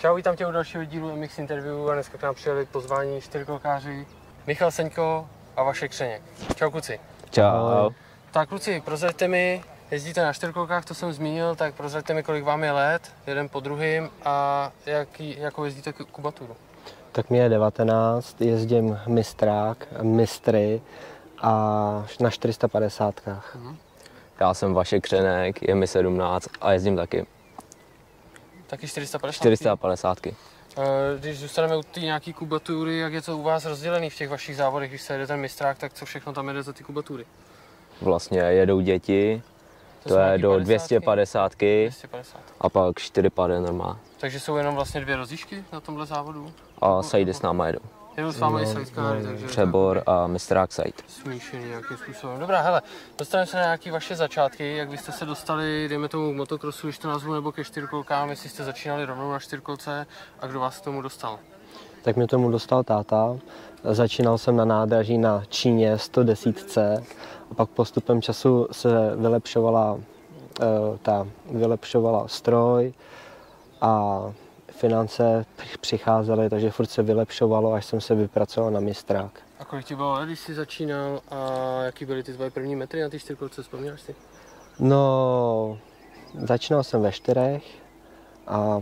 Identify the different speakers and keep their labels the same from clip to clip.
Speaker 1: Čau, vítám tě u dalšího dílu MX Interview a dneska k nám přijeli pozvání čtyřkolkáři Michal Seňko a Vašek Křeněk. Čau kluci.
Speaker 2: Čau.
Speaker 1: Tak kluci, prozraďte mi, jezdíte na čtyřkolkách, to jsem zmínil, tak prozraďte mi, kolik vám je let, jeden po druhým a jaký, jakou jezdíte ku- kubaturu.
Speaker 2: Tak mi je 19, jezdím mistrák, mistry a na 450.
Speaker 3: Já jsem Vašek Křenek, je mi 17 a jezdím taky.
Speaker 1: Taky 450.
Speaker 3: 450.
Speaker 1: Eh, Když zůstaneme u té nějaký kubatury, jak je to u vás rozdělený v těch vašich závodech, když se jede ten mistrák, tak co všechno tam jede za ty kubatury?
Speaker 3: Vlastně jedou děti, to,
Speaker 1: jsou
Speaker 3: je
Speaker 1: nějaký
Speaker 3: do
Speaker 1: 50?
Speaker 3: 250
Speaker 1: 250.
Speaker 3: a pak 4 pade normálně.
Speaker 1: Takže jsou jenom vlastně dvě rozjížky na tomhle závodu?
Speaker 3: A sajdy s náma jedou.
Speaker 1: Jedu s vámi i
Speaker 2: No,
Speaker 1: sajtkáři, takže
Speaker 3: Přebor a mistrák sajd.
Speaker 1: smíšený nějakým způsobem. Dobrá, hele, dostaneme se na nějaké vaše začátky, jak vy jste se dostali, dejme tomu k motokrosu, když to nazvu, nebo ke čtyřkolkám, jestli jste začínali rovnou na čtyřkolce a kdo vás k tomu dostal.
Speaker 2: Tak mě tomu dostal táta. Začínal jsem na nádraží na Číně 110. A pak postupem času se vylepšovala, eh, ta, vylepšovala stroj a finance při- přicházely, takže furt se vylepšovalo, až jsem se vypracoval na mistrák.
Speaker 1: A kolik ti bylo let, když jsi začínal a jaký byly ty tvoje první metry na té čtyřkolce, vzpomínáš si?
Speaker 2: No, začínal jsem ve čtyřech a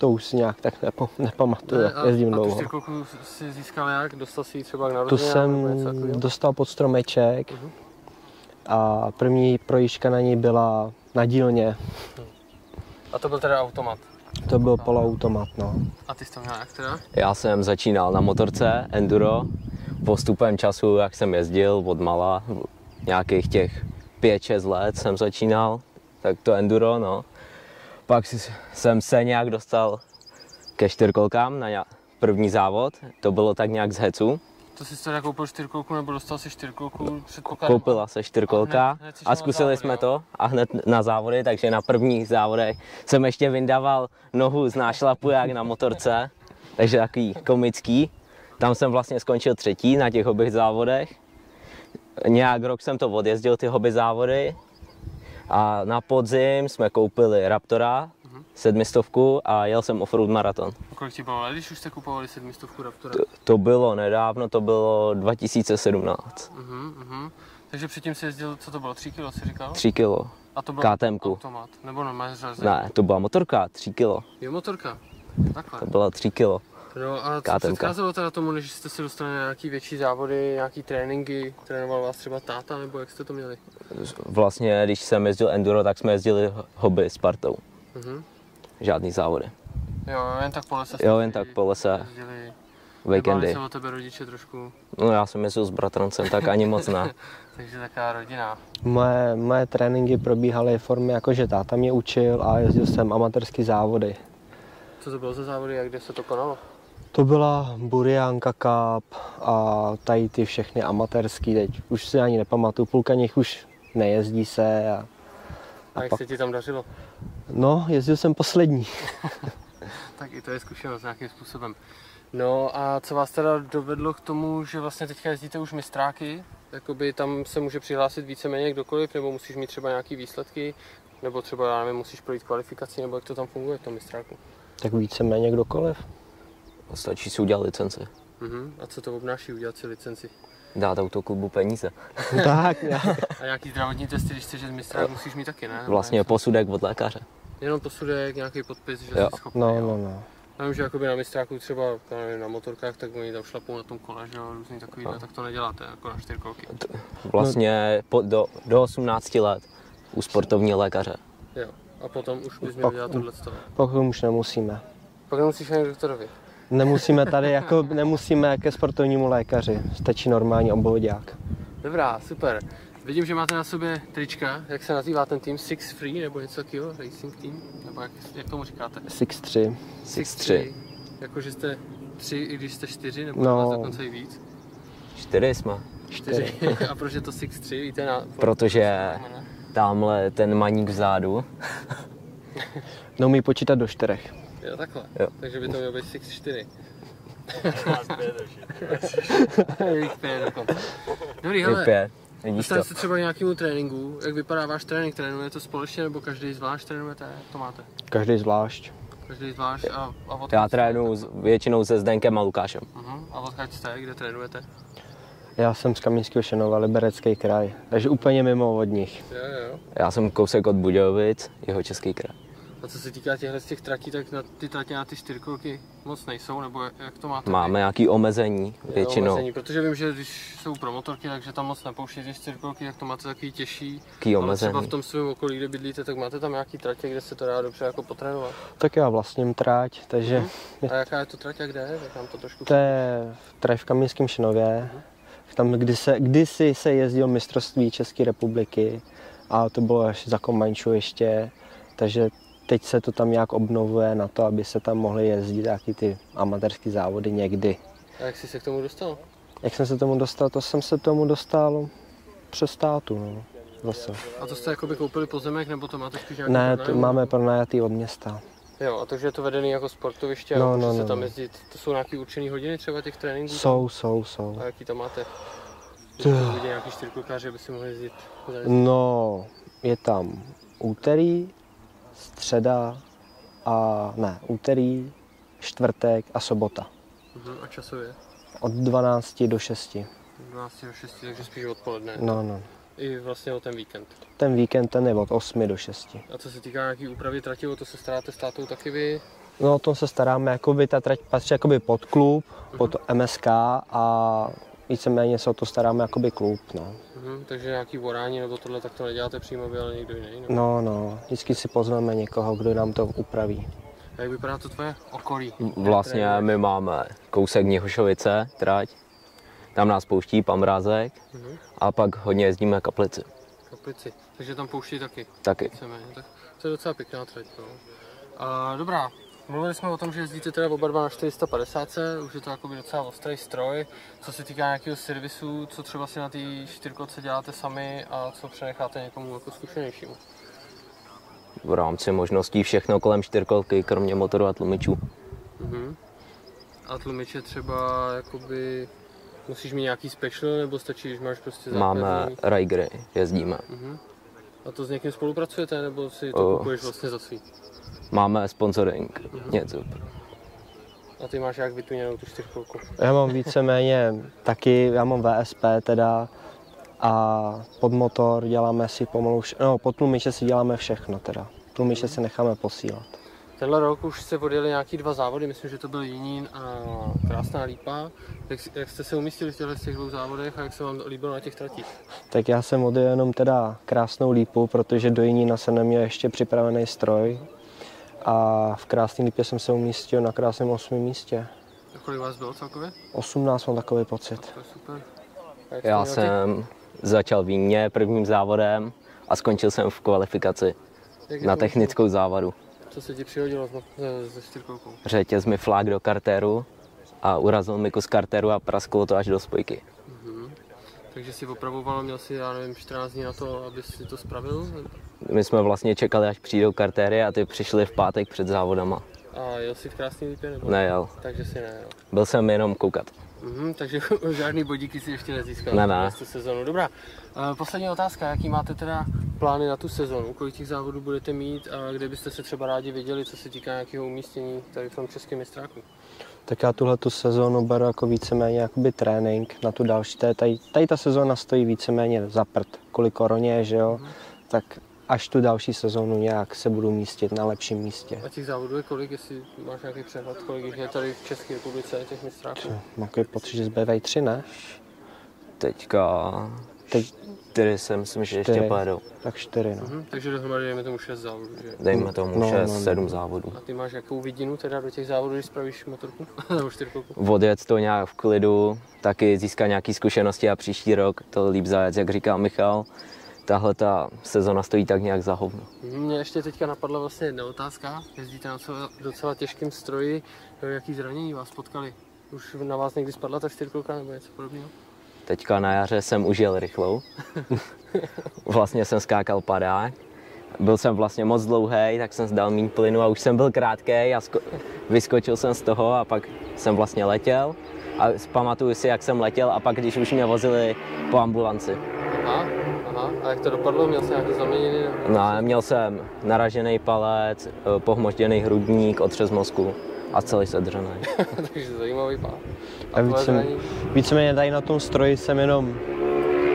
Speaker 2: to už si nějak tak nepo, nepamatuju, jak
Speaker 1: a,
Speaker 2: jezdím
Speaker 1: a tu
Speaker 2: dlouho.
Speaker 1: čtyřkolku si získal jak? Dostal si ji třeba k
Speaker 2: Tu
Speaker 1: narozeninám
Speaker 2: jsem
Speaker 1: nebo něco takového?
Speaker 2: dostal pod stromeček
Speaker 1: Mhm.
Speaker 2: a první projížďka na ní byla na dílně.
Speaker 1: A to byl teda automat.
Speaker 2: To byl poloautomat, no.
Speaker 1: A ty jsi to měl jak teda?
Speaker 3: Já jsem začínal na motorce enduro. Postupem času, jak jsem jezdil od mala, nějakých těch 5-6 let jsem začínal, tak to enduro, no. Pak s- jsem se nějak dostal ke čtyřkolkám na nějak- první závod, to bylo tak nějak z hecu.
Speaker 1: To jsi teda koupil čtyřkolku nebo dostal si čtyřkolku? Předpokládám.
Speaker 3: Koupila se
Speaker 1: A
Speaker 3: čtyřkolka
Speaker 1: hned- hned jsi šel
Speaker 3: a
Speaker 1: na
Speaker 3: zkusili
Speaker 1: závody,
Speaker 3: jsme
Speaker 1: jo?
Speaker 3: to a hned na závody, takže na prvních závodech jsem ještě vyndával nohu z nášlapu jak na motorce, takže takový komický. Tam jsem vlastně skončil třetí na těch hobby závodech. Nějak rok jsem to odjezdil, ty hobby závody. A na podzim jsme koupili Raptora,
Speaker 1: Mhm.
Speaker 3: sedmistovku a jel jsem offroad maraton.
Speaker 1: Kolik ti bylo let, když už jste kupovali sedmistovku Raptora?
Speaker 3: To bylo nedávno, to bylo 2017,
Speaker 1: Mhm, mhm. Takže předtím si jezdil, co to bylo, 3 kilo, si říkal?
Speaker 3: 3 kilo.
Speaker 1: A to byl
Speaker 3: KTMku.
Speaker 1: automat, nebo no, normálně řazený.
Speaker 3: Ne, to byla motorka, 3 kilo.
Speaker 1: Jo, motorka. Takhle.
Speaker 3: To byla 3 kilo.
Speaker 1: No a co
Speaker 3: KTMka.
Speaker 1: předcházelo teda tomu, než jste se dostali na nějaký větší závody, nějaký tréninky, trénoval vás třeba táta, nebo jak jste to měli?
Speaker 3: Vlastně, když jsem jezdil enduro, tak jsme jezdili hobby s partou.
Speaker 1: Mhm.
Speaker 3: Žádný závody.
Speaker 1: Jo, jo, jen tak po lese.
Speaker 3: Jo, jen tak po lese,
Speaker 1: Jezdili, nebáli
Speaker 3: weekendy.
Speaker 1: se o tebe rodiče trošku,
Speaker 3: No já jsem jezdil s bratrancem, tak ani moc ne.
Speaker 1: takže taková rodina.
Speaker 2: Moje, moje tréninky probíhaly formy jako, že táta mě učil a jezdil jsem amatérský závody.
Speaker 1: Co to bylo za závody a kde se to konalo?
Speaker 2: To byla Burianka Cup a tady ty všechny amatérský, teď už si ani nepamatuju, půlka nich už nejezdí se. A...
Speaker 1: A, jak
Speaker 2: pak-
Speaker 1: se ti tam dařilo?
Speaker 2: No, jezdil jsem poslední.
Speaker 1: Tak i to je zkušenost nějakým způsobem. No a co vás teda dovedlo k tomu, že vlastně teďka jezdíte už mistráky? Jakoby tam se může přihlásit víceméně kdokoliv, nebo musíš mít třeba nějaký výsledky, nebo třeba, já nevím, musíš projít kvalifikaci, nebo jak to tam funguje v tom mistráku.
Speaker 2: Tak víceméně kdokoliv.
Speaker 3: Stačí si udělat licenci.
Speaker 1: Mhm. A co to obnáší udělat si licenci?
Speaker 3: Dát autoklubu peníze.
Speaker 2: tak nějak.
Speaker 1: A nějaký zdravotní testy, když chceš jet mistrák, musíš mít taky, ne?
Speaker 3: Vlastně posudek od lékaře.
Speaker 1: Jenom posudek, nějaký podpis, že
Speaker 3: Jo.
Speaker 1: jsi schopný.
Speaker 2: No,
Speaker 1: jo.
Speaker 2: no, no.
Speaker 1: Já vím, že jakoby na mistráku třeba já nevím, na motorkách, tak oni tam šlapou na tom kole, že jo, různý takový, tak to neděláte jako na čtyřkolky.
Speaker 3: Vlastně po, do, do 18 let u sportovní lékaře.
Speaker 1: Jo. A potom už bys měl
Speaker 2: Pak-
Speaker 1: dělat tohle toho.
Speaker 2: Pokud už nemusíme.
Speaker 1: Pak nemusíš ani k doktorovi.
Speaker 2: Nemusíme tady jako, nemusíme ke sportovnímu lékaři. Stačí normální obvodák.
Speaker 1: Dobrá, super. Vidím, že máte na sobě trička. Jak se nazývá ten tým? Six Free nebo něco takového? Racing Team? Nebo jak, jak tomu říkáte?
Speaker 2: 6-3.
Speaker 3: Six tři.
Speaker 1: Jakože jste tři, i když jste čtyři, nebo
Speaker 2: No.
Speaker 1: no. dokonce i víc?
Speaker 3: Čtyři jsme.
Speaker 1: Čtyři. A proč je to Six Tři? Víte na...
Speaker 3: Protože tamhle ten maník vzadu,
Speaker 2: No, umí počítat do čtyřech.
Speaker 1: Jo, takhle.
Speaker 3: Jo.
Speaker 1: Takže by to mělo být 6 4. Jejich pět dokonce. Dobrý,
Speaker 3: je
Speaker 1: hele,
Speaker 3: pět. Vidíš to?
Speaker 1: dostali jste třeba k nějakému tréninku. Jak vypadá váš trénink? Trénuje to společně nebo každý zvlášť trénujete? Jak to máte?
Speaker 2: Každý zvlášť.
Speaker 1: Každý zvlášť a, a odkud
Speaker 3: Já
Speaker 1: jste?
Speaker 3: trénuji s- většinou se Zdenkem a Lukášem.
Speaker 1: Mhm. A odkud jste, kde trénujete?
Speaker 2: Já jsem z Kamínského Šenova, Liberecký kraj, takže úplně mimo od nich.
Speaker 1: Jo, jo.
Speaker 3: Já jsem kousek od Budějovic, jeho český kraj.
Speaker 1: A co se týká těchto z těch tratí, tak na ty tratě na ty čtyřkolky moc nejsou, nebo jak- jak to máte? vy?
Speaker 3: Máme nějaký omezení
Speaker 1: Jo,
Speaker 3: většinou.
Speaker 1: omezení, protože vím, že když jsou pro motorky, takže tam moc nepouští ty čtyřkolky, tak to máte takový těžší.
Speaker 3: Taký
Speaker 1: Ale třeba
Speaker 3: omezení.
Speaker 1: v tom svém okolí, kde bydlíte, tak máte tam nějaký tratě, kde se to dá dobře jako potrénovat.
Speaker 2: Tak já vlastním tráť, takže
Speaker 1: A jaká je to trať a kde je? Tak nám to trošku...
Speaker 2: to je trať v Kamínském Šenově. Tam kdy se, kdysi se jezdil mistrovství České republiky a to bylo až za Kombanču ještě, takže teď se to tam nějak obnovuje na to, aby se tam mohly jezdit taky ty amatérské závody někdy.
Speaker 1: A jak jsi se k tomu dostal?
Speaker 2: Jak jsem se tomu dostal? To jsem se tomu dostal přes státu, no. Zase.
Speaker 1: A to jste jakoby koupili pozemek, nebo to máte spíš nějaký
Speaker 2: Ne, to
Speaker 1: pronájem?
Speaker 2: máme pronajatý od města.
Speaker 1: Jo, a takže je to vedený jako sportoviště a
Speaker 2: No,
Speaker 1: může
Speaker 2: no,
Speaker 1: se
Speaker 2: no,
Speaker 1: tam
Speaker 2: no.
Speaker 1: jezdit. To jsou nějaký určený hodiny třeba těch tréninků?
Speaker 2: Jsou, jsou, jsou.
Speaker 1: A jaký tam máte?
Speaker 2: To-
Speaker 1: Když to nějaký čtyřkolkáři, aby si mohli jezdit. za jezdit.
Speaker 2: No, je tam úterý, středa a ne, úterý, čtvrtek a sobota.
Speaker 1: Mhm, A časově?
Speaker 2: Od 12 do 6.
Speaker 1: 12 do 6, takže spíš odpoledne.
Speaker 2: No, no.
Speaker 1: I vlastně o ten víkend.
Speaker 2: Ten víkend ten je od 8 do 6.
Speaker 1: A co se týká nějaký úpravy trati, o to se staráte s tátou taky vy?
Speaker 2: No o tom se staráme, jakoby ta trať patří jakoby pod klub, pod MSK a víceméně se o to staráme jakoby klub, no.
Speaker 1: Mhm, takže nějaký vorání nebo tohle, tak to neděláte přímo vy, ale někdo jiný. No.
Speaker 2: No, no, vždycky si pozveme někoho, kdo nám to upraví.
Speaker 1: A jak vypadá to tvoje okolí?
Speaker 2: No.
Speaker 3: Vlastně my máme kousek Něhošovice, trať. Tam nás pouští pan Mrázek
Speaker 1: Mhm.
Speaker 3: a pak hodně jezdíme kaplici.
Speaker 1: Kaplici. Takže tam pouští taky.
Speaker 3: Taky.
Speaker 1: Víceméně, tak to je docela pěkná trať. No. A, dobrá, mluvili jsme o tom, že jezdíte teda oba dva na 450, už je to jakoby docela ostrý stroj. Co se týká nějakého servisu, co třeba si na té čtyřkolce děláte sami a co přenecháte někomu jako zkušenějšímu.
Speaker 3: V rámci možností všechno kolem čtyřkolky, kromě motoru a tlumičů.
Speaker 1: Mhm. A tlumiče třeba jakoby musíš mít nějaký special nebo stačí, když máš prostě základní?
Speaker 3: Máme rajgry, jezdíme.
Speaker 1: Mhm. A to s někým spolupracujete nebo si to
Speaker 3: O.
Speaker 1: kupuješ vlastně za svý?
Speaker 3: Máme sponsoring,
Speaker 1: Mhm.
Speaker 3: něco.
Speaker 1: A ty máš jak vytuněnou tu čtyřkolku?
Speaker 2: Já mám víceméně taky, já mám VSP teda a pod motor děláme si pomalu, vš- no pod tlumiče si děláme všechno teda. Tlumiče si necháme posílat.
Speaker 1: Tenhle rok už se odjeli nějaký dva závody, myslím, že to byl Jinín a Krásná Lípa. Jak, jak jste se umístili v těchto těch dvou závodech a jak se vám líbilo na těch tratích?
Speaker 2: Tak já jsem odjel jenom teda krásnou lípu, protože do Jinína jsem neměl ještě připravený stroj a v krásné lípě jsem se umístil na krásném osmém místě.
Speaker 1: A kolik vás bylo celkově?
Speaker 2: 18 mám takový pocit.
Speaker 1: To je super. A jak jste měl
Speaker 3: Já
Speaker 1: ty?
Speaker 3: jsem začal v Jíně prvním závodem a skončil jsem v kvalifikaci
Speaker 1: Jak je
Speaker 3: na
Speaker 1: to
Speaker 3: technickou závadu.
Speaker 1: možný? Co se ti přihodilo s mo- se, se čtyřkolkou?
Speaker 3: Řetěz mi flák do kartéru a urazil mi kus kartéru a prasklo to až do spojky.
Speaker 1: Takže si opravoval, měl si, já nevím, 14 dní na to, aby si to spravil?
Speaker 3: My jsme vlastně čekali, až přijdou kartéry a ty přišli v pátek před závodama.
Speaker 1: A jel si v krásný lípě nebo?
Speaker 3: Nejel.
Speaker 1: Takže si nejel.
Speaker 3: Byl jsem jenom koukat.
Speaker 1: Mhm, takže žádný bodíky si ještě nezískal
Speaker 3: Ne,
Speaker 1: na
Speaker 3: ne.
Speaker 1: tu sezonu. Dobrá, Eh, poslední otázka, jaký máte teda plány na tu sezonu? Kolik těch závodů budete mít a kde byste se třeba rádi viděli, co se týká nějakého umístění tady v tom českém mistráku?
Speaker 2: Tak já tuhle tu sezónu beru jako víceméně jakoby trénink na tu další. To je Tady, tady ta sezóna stojí víceméně za prd, kvůli koroně, že jo. Tak až tu další sezónu nějak se budu místit na lepším místě.
Speaker 1: A těch závodů je kolik, jestli máš nějaký přehled, kolik jich je tady v České republice těch mistráků?
Speaker 2: Mám takový pocit, že zbývají tři, ne?
Speaker 3: Teďka
Speaker 2: Teď
Speaker 3: čtyři si myslím, že ještě
Speaker 2: Čtyři.
Speaker 3: pojedou.
Speaker 2: tak čtyři, no.
Speaker 1: Mhm, takže dohromady dejme tomu 6 závodů, že?
Speaker 3: Dejme tomu
Speaker 2: No,
Speaker 3: 6,
Speaker 2: no, no.
Speaker 3: 7 závodů.
Speaker 1: A ty máš jakou vidinu teda do těch závodů, když spravíš motorku? Nebo čtyřkolku?
Speaker 3: Odjet to nějak v klidu, taky získat nějaké zkušenosti a příští rok to líp zajet, jak říká Michal. Tahle ta sezona stojí tak nějak za hovno.
Speaker 1: Mě ještě teďka napadla vlastně jedna otázka. Jezdíte na docela, docela těžkém stroji. Jo, Jaký zranění vás potkali? Už na vás někdy spadla ta čtyřkolka nebo něco podobného?
Speaker 3: Teďka na jaře jsem užil rychlou. vlastně jsem skákal padák. Byl jsem vlastně moc dlouhý, tak jsem zdal méně plynu a už jsem byl krátký a sko- vyskočil jsem z toho a pak jsem vlastně letěl. A pamatuju si, jak jsem letěl a pak když už mě vozili po ambulanci.
Speaker 1: Aha, aha. Aha, a jak to dopadlo? Měl jsi nějaký zaměněný? nebo-
Speaker 3: No, měl jsem naražený palec, eh, pohmožděný hrudník, otřes mozku a celý sedřený.
Speaker 1: Takže zajímavý pád.
Speaker 2: A
Speaker 1: tvoje
Speaker 2: vícem,
Speaker 1: zranění?
Speaker 2: víceméně tady na tom stroji jsem jenom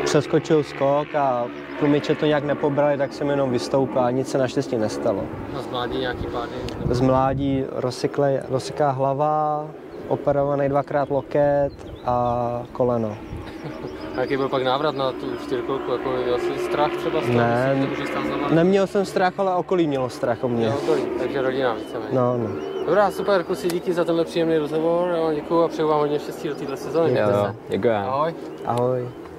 Speaker 2: přeskočil skok a tlumiče to nějak nepobrali, tak jsem jenom vystoupil a nic se naštěstí nestalo.
Speaker 1: A zmládí nějaký pády?
Speaker 2: Z mládí rozsyklej- rozsyká hlava, operovaný dvakrát loket a koleno.
Speaker 1: A jaký byl pak návrat na tu čtyřkolku? Jako měl jsi strach třeba z toho,
Speaker 2: Ne.
Speaker 1: že se to může stát za vámi?
Speaker 2: Neměl jsem strach, ale okolí mělo strach o mě.
Speaker 1: Jo, tolik, takže rodina víceméně.
Speaker 2: No, no.
Speaker 1: Dobrá, super, kluci, díky za tenhle příjemný rozhovor, já vám děkuju a přeju vám hodně štěstí do téhle sezóny.
Speaker 3: Jo,
Speaker 1: Mějte
Speaker 3: jo,
Speaker 1: se.
Speaker 3: děkuji.
Speaker 1: Ahoj.
Speaker 2: Ahoj.